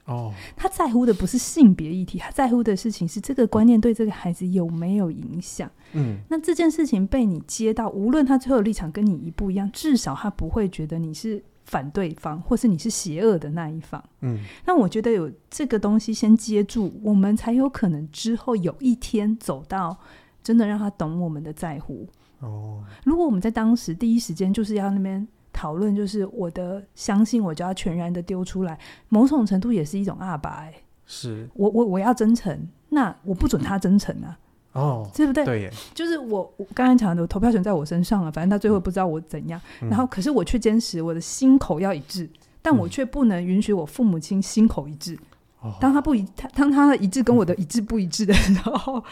Speaker 1: 哦，
Speaker 3: 他在乎的不是性别议题，他在乎的事情是这个观念对这个孩子有没有影响。
Speaker 1: 嗯
Speaker 3: 那这件事情被你接到，无论他最后的立场跟你一不一样，至少他不会觉得你是反对方，或是你是邪恶的那一方。
Speaker 1: 嗯
Speaker 3: 那我觉得有这个东西先接住，我们才有可能之后有一天走到真的让他懂我们的在乎。
Speaker 1: 哦，
Speaker 3: 如果我们在当时第一时间就是要那边讨论，就是我的相信，我就要全然的丢出来，某种程度也是一种阿白、欸
Speaker 1: 是
Speaker 3: 我我我要真诚，那我不准他真诚啊，
Speaker 1: 哦，
Speaker 3: 对不对？
Speaker 1: 对耶，
Speaker 3: 就是我我刚才讲的，投票权在我身上了，反正他最后不知道我怎样，
Speaker 1: 嗯
Speaker 3: 然后可是我却坚持我的心口要一致。但我
Speaker 1: 嗯
Speaker 3: 却不能允许我父母亲心口一致。
Speaker 1: 哦
Speaker 3: 当他不一，他当他的一致跟我的一致不一致的时候，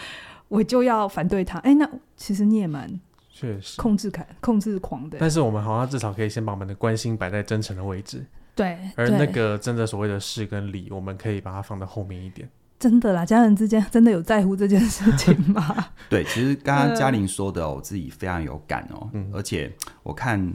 Speaker 3: 我就要反对他。哎，那其实你也蛮
Speaker 1: 确实。
Speaker 3: 控制感、控制狂的。
Speaker 1: 但是我们好像至少可以先把我们的关心摆在真诚的位置，
Speaker 3: 对，
Speaker 1: 而
Speaker 3: 对
Speaker 1: 那个真的所谓的事跟理，我们可以把它放在后面一点。
Speaker 3: 真的啦，家人之间真的有在乎这件事情 吗？
Speaker 2: 对，其实刚刚嘉玲说的哦、我自己非常有感哦，
Speaker 1: 嗯
Speaker 2: 而且我看。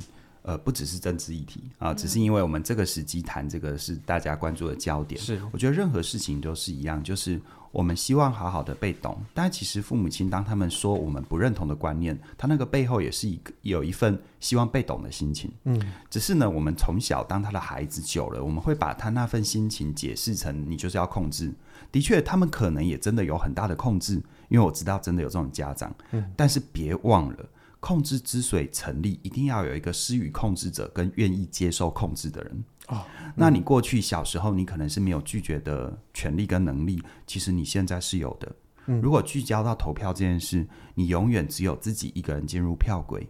Speaker 2: 呃，不只是政治议题啊，只是因为我们这个时机谈这个是大家关注的焦点。
Speaker 1: 是，
Speaker 2: 我觉得任何事情都是一样，就是我们希望好好的被懂，但其实父母亲当他们说我们不认同的观念，他那个背后也是一个有一份希望被懂的心情。
Speaker 1: 嗯，
Speaker 2: 只是呢，我们从小当他的孩子久了，我们会把他那份心情解释成你就是要控制。的确，他们可能也真的有很大的控制，因为我知道真的有这种家长。
Speaker 1: 嗯，
Speaker 2: 但是别忘了，控制之所以成立，一定要有一个施予控制者跟愿意接受控制的人。
Speaker 1: 哦，
Speaker 2: 那你过去小时候，你可能是没有拒绝的权利跟能力，其实你现在是有的。
Speaker 1: 嗯
Speaker 2: 如果聚焦到投票这件事，你永远只有自己一个人进入票轨。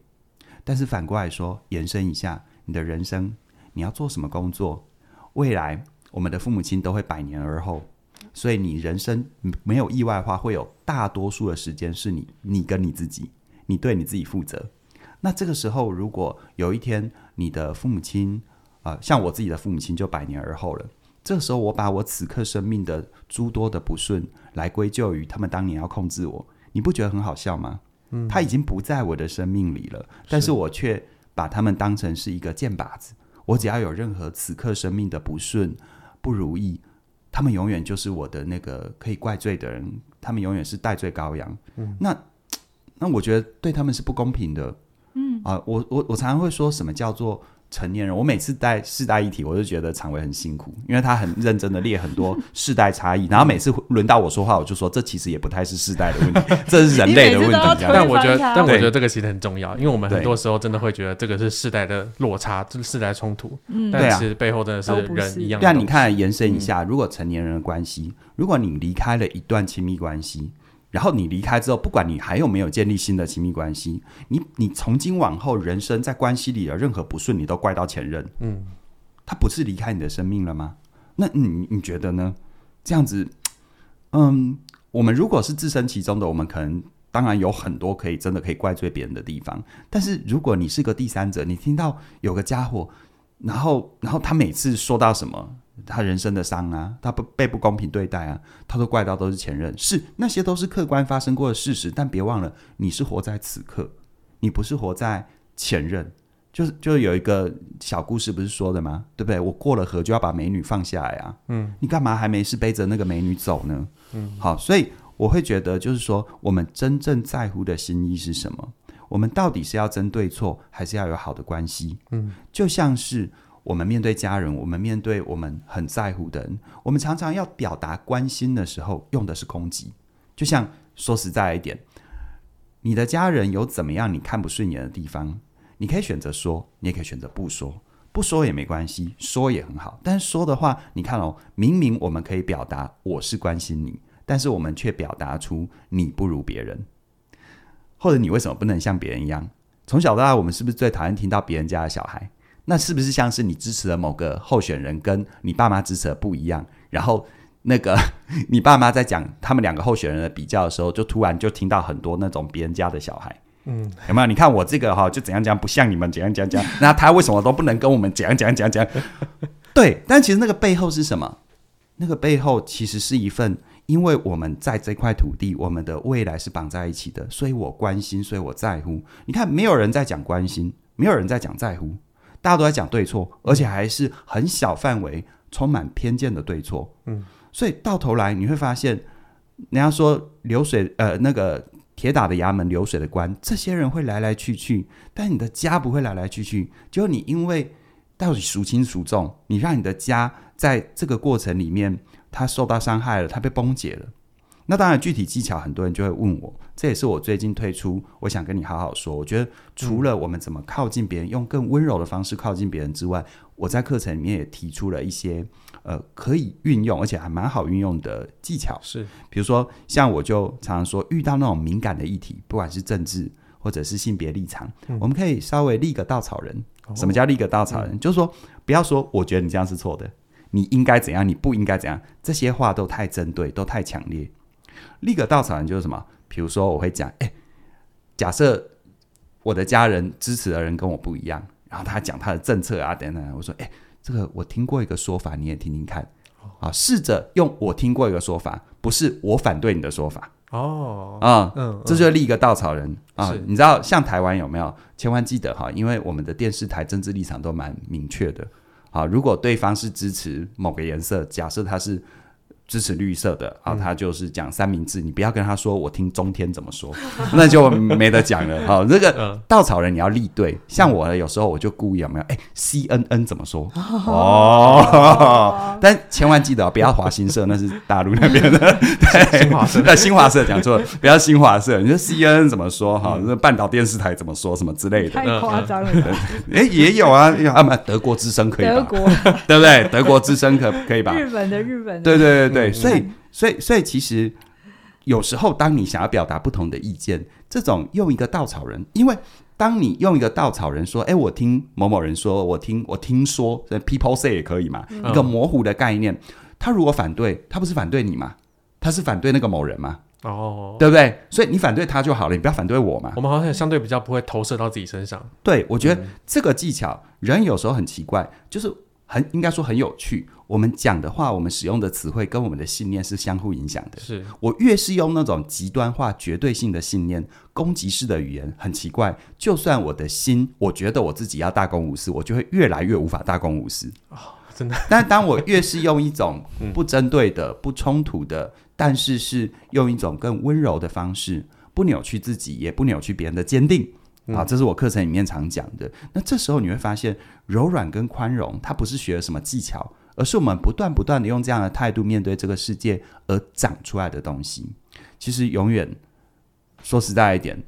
Speaker 2: 但是反过来说，延伸一下你的人生，你要做什么工作？未来我们的父母亲都会百年而后，所以你人生嗯没有意外的话，会有大多数的时间是你你跟你自己，你对你自己负责。那这个时候，如果有一天你的父母亲，啊，像我自己的父母亲就百年而后了。这时候，我把我此刻生命的诸多的不顺来归咎于他们当年要控制我，你不觉得很好笑吗？
Speaker 1: 嗯
Speaker 2: 他已经不在我的生命里了，但是我却把他们当成是一个箭靶子。我只要有任何此刻生命的不顺、不如意，他们永远就是我的那个可以怪罪的人他们永远是戴罪羔羊。嗯，那那我觉得对他们是不公平的。嗯啊，我我我常常会说什么叫做成年人？我每次带世代一体，我就觉得常伟很辛苦，因为他很认真的列很多世代差异，然后每次轮到我说话，我就说这其实也不太是世代的问 题，这是人类的问
Speaker 3: 你每次都要
Speaker 2: 题。这样
Speaker 3: 推
Speaker 1: 但我觉得，
Speaker 3: 翻它
Speaker 1: 但我
Speaker 2: 对
Speaker 1: 觉得这个其实很重要，因为我们很
Speaker 2: 对
Speaker 1: 多时候真的会觉得这个是世代的落差，这是世代冲突，
Speaker 3: 嗯，
Speaker 1: 但
Speaker 2: 对啊
Speaker 1: 其实背后真的是
Speaker 3: 都不
Speaker 1: 人
Speaker 3: 是
Speaker 1: 一样的
Speaker 2: 对啊，
Speaker 1: 东
Speaker 2: 你
Speaker 1: 西。嗯
Speaker 2: 看，延伸一下，如果成年人的关系，如果你离开了一段亲密关系，然后你离开之后，不管你还有没有建立新的亲密关系，你你从今往后人生在关系里的任何不顺，你都怪到前任，嗯，他不是离开你的生命了吗？那你你觉得呢？这样子，嗯，我们如果是置身其中的，我们可能当然有很多可以真的可以怪罪别人的地方，但是如果你是个第三者，你听到有个家伙，然后然后他每次说到什么，他人生的伤啊，他不被不公平对待啊，他都怪到都是前任，是那些都是客观发生过的事实，但别忘了你是活在此刻，你不是活在前任。就是就有一个小故事不是说的吗？对不对？我过了河就要把美女放下来啊！嗯，你干嘛还没事背着那个美女走呢？嗯，好，所以我会觉得就是说，我们真正在乎的心意是什么？我们到底是要争对错，还是要有好的关系？嗯，就像是我们面对家人，我们面对我们很在乎的人，我们常常要表达关心的时候，用的是攻击。就像说实在一点，你的家人有怎么样你看不顺眼的地方，你可以选择说，你也可以选择不说。不说也没关系，说也很好。但是说的话，你看哦，明明我们可以表达我是关心你，但是我们却表达出你不如别人。或者你为什么不能像别人一样？从小到大，我们是不是最讨厌听到别人家的小孩？那是不是像是你支持的某个候选人，跟你爸妈支持的不一样？然后那个 你爸妈在讲他们两个候选人的比较的时候，就突然就听到很多那种别人家的小孩。嗯，有没有？你看我这个哈、就怎样怎样，不像你们怎样怎样怎样。那他为什么都不能跟我们怎样怎样怎样怎样？ 对，但其实那个背后是什么？那个背后其实是一份因为我们在这块土地，我们的未来是绑在一起的，所以我关心，所以我在乎。你看，没有人在讲关心，没有人在讲在乎，大家都在讲对错，而且还是很小范围、充满偏见的对错。嗯，所以到头来你会发现，人家说流水呃那个铁打的衙门，流水的官，这些人会来来去去，但你的家不会来来去去。就你因为到底孰轻孰重，你让你的家在这个过程里面。他受到伤害了，他被崩解了。那当然，具体技巧很多人就会问我，这也是我最近推出，我想跟你好好说。我觉得除了我们怎么靠近别人，用更温柔的方式靠近别人之外，我在课程里面也提出了一些呃可以运用，而且还蛮好运用的技巧。
Speaker 1: 是
Speaker 2: 比如说，像我就常常说，遇到那种敏感的议题，不管是政治或者是性别立场，我们可以稍微立个稻草人。
Speaker 1: 哦
Speaker 2: 什么叫立个稻草人？就是说，不要说我觉得你这样是错的，你应该怎样，你不应该怎样，这些话都太针对，都太强烈。立个稻草人就是什么？比如说，我会讲，哎、假设我的家人支持的人跟我不一样，然后他讲他的政策啊等等，我说，哎、这个我听过一个说法，你也听听看。啊，试着用我听过一个说法，不是我反对你的说法
Speaker 1: 哦，
Speaker 2: 啊、
Speaker 1: 嗯，
Speaker 2: 这就是立一个稻草人啊
Speaker 1: 是！
Speaker 2: 你知道像台湾有没有？千万记得哈，因为我们的电视台政治立场都蛮明确的。啊，如果对方是支持某个颜色，假设他是支持绿色的
Speaker 1: 嗯
Speaker 2: 啊，他就是讲三明治，你不要跟他说我听中天怎么说， 那就没得讲了。好，这
Speaker 1: 嗯
Speaker 2: 个稻草人你要立对，像我呢，有时候我就故意有没有？哎，CNN 怎么说？哦，但千万记得哦不要华新社，那是大陆那边的。对，
Speaker 1: 新华社
Speaker 2: 对，新华社讲错 了，不要新华社，你说 CNN 怎么说哈？
Speaker 1: 嗯
Speaker 2: 那半岛电视台怎么说什么之类的？
Speaker 3: 太夸张了吧，
Speaker 2: 哎，也有啊，有啊，不德国之声可以
Speaker 3: 德
Speaker 2: 吧？
Speaker 3: 国、
Speaker 2: 对不对？德国之声可可以吧？
Speaker 3: 日本的日本的，
Speaker 2: 对对对对，所以所以所以其实有时候当你想要表达不同的意见，这种用一个稻草人，因为当你用一个稻草人说，哎，我听某某人说，我听我听说所以，people say 也可以嘛，一个模糊的概念，他如果反对，他不是反对你嘛，他是反对那个某人嘛，
Speaker 1: 哦，
Speaker 2: 对不对？所以你反对他就好了，你不要反对我嘛。
Speaker 1: 我们好像相对比较不会投射到自己身上，
Speaker 2: 对，我觉得这个技巧，人有时候很奇怪，就是很应该说很有趣。我们讲的话，我们使用的词汇跟我们的信念是相互影响的。
Speaker 1: 是
Speaker 2: 我越是用那种极端化、绝对性的信念、攻击式的语言，很奇怪，就算我的心，我觉得我自己要大公无私，我就会越来越无法大公无私。
Speaker 1: 哦真的。
Speaker 2: 但当我越是用一种不针对的、不冲突的，但是是用一种更温柔的方式，不扭曲自己，也不扭曲别人的坚定。
Speaker 1: 嗯
Speaker 2: 啊，这是我课程里面常讲的。那这时候你会发现，柔软跟宽容，它不是学了什么技巧，而是我们不断不断的用这样的态度面对这个世界而长出来的东西。其实永远说实在一点，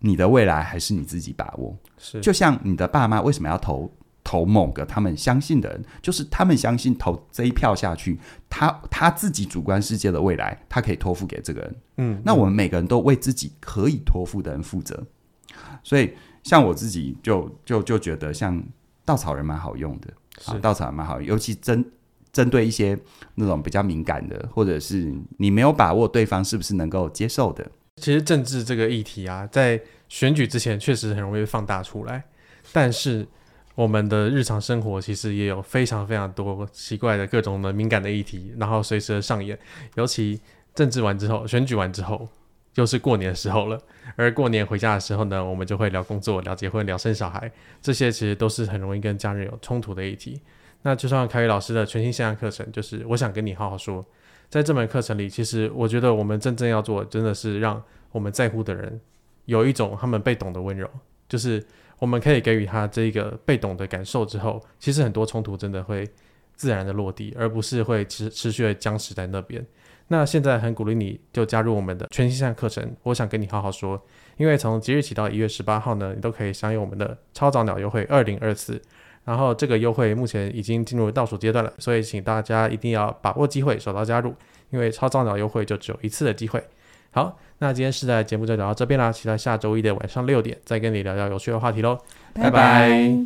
Speaker 2: 你的未来还是你自己把握。
Speaker 1: 是
Speaker 2: 就像你的爸妈为什么要投投某个他们相信的人，就是他们相信投这一票下去，他他自己主观世界的未来，他可以托付给这个人。
Speaker 1: 嗯，
Speaker 2: 那我们每个人都为自己可以托付的人负责。所以，像我自己就就就觉得，像稻草人蛮好用的，
Speaker 1: 是
Speaker 2: 啊，稻草人蛮好用，尤其针针对一些那种比较敏感的，或者是你没有把握对方是不是能够接受的。
Speaker 1: 其实政治这个议题啊，在选举之前确实很容易被放大出来，但是我们的日常生活其实也有非常非常多奇怪的各种的敏感的议题，然后随时的上演。尤其政治完之后，选举完之后，又是过年的时候了。而过年回家的时候呢，我们就会聊工作、聊结婚、聊生小孩，这些其实都是很容易跟家人有冲突的议题。那就像凯宇老师的全新线上课程，就是我想跟你好好说。在这门课程里，其实我觉得我们真正要做，的真的是让我们在乎的人有一种他们被懂的温柔，就是我们可以给予他这个被懂的感受之后，其实很多冲突真的会自然的落地，而不是会持持续的僵持在那边。那现在很鼓励你就加入我们的全新项课程，我想跟你好好说，因为从即日起到一月十八号呢，你都可以享有我们的超早鸟优惠二零二四。然后这个优惠目前已经进入倒数阶段了，所以请大家一定要把握机会，手到加入，因为超早鸟优惠就只有一次的机会。好，那今天是在节目就聊到这边啦，期待下周一的晚上六点再跟你聊聊有趣的话题喽。拜拜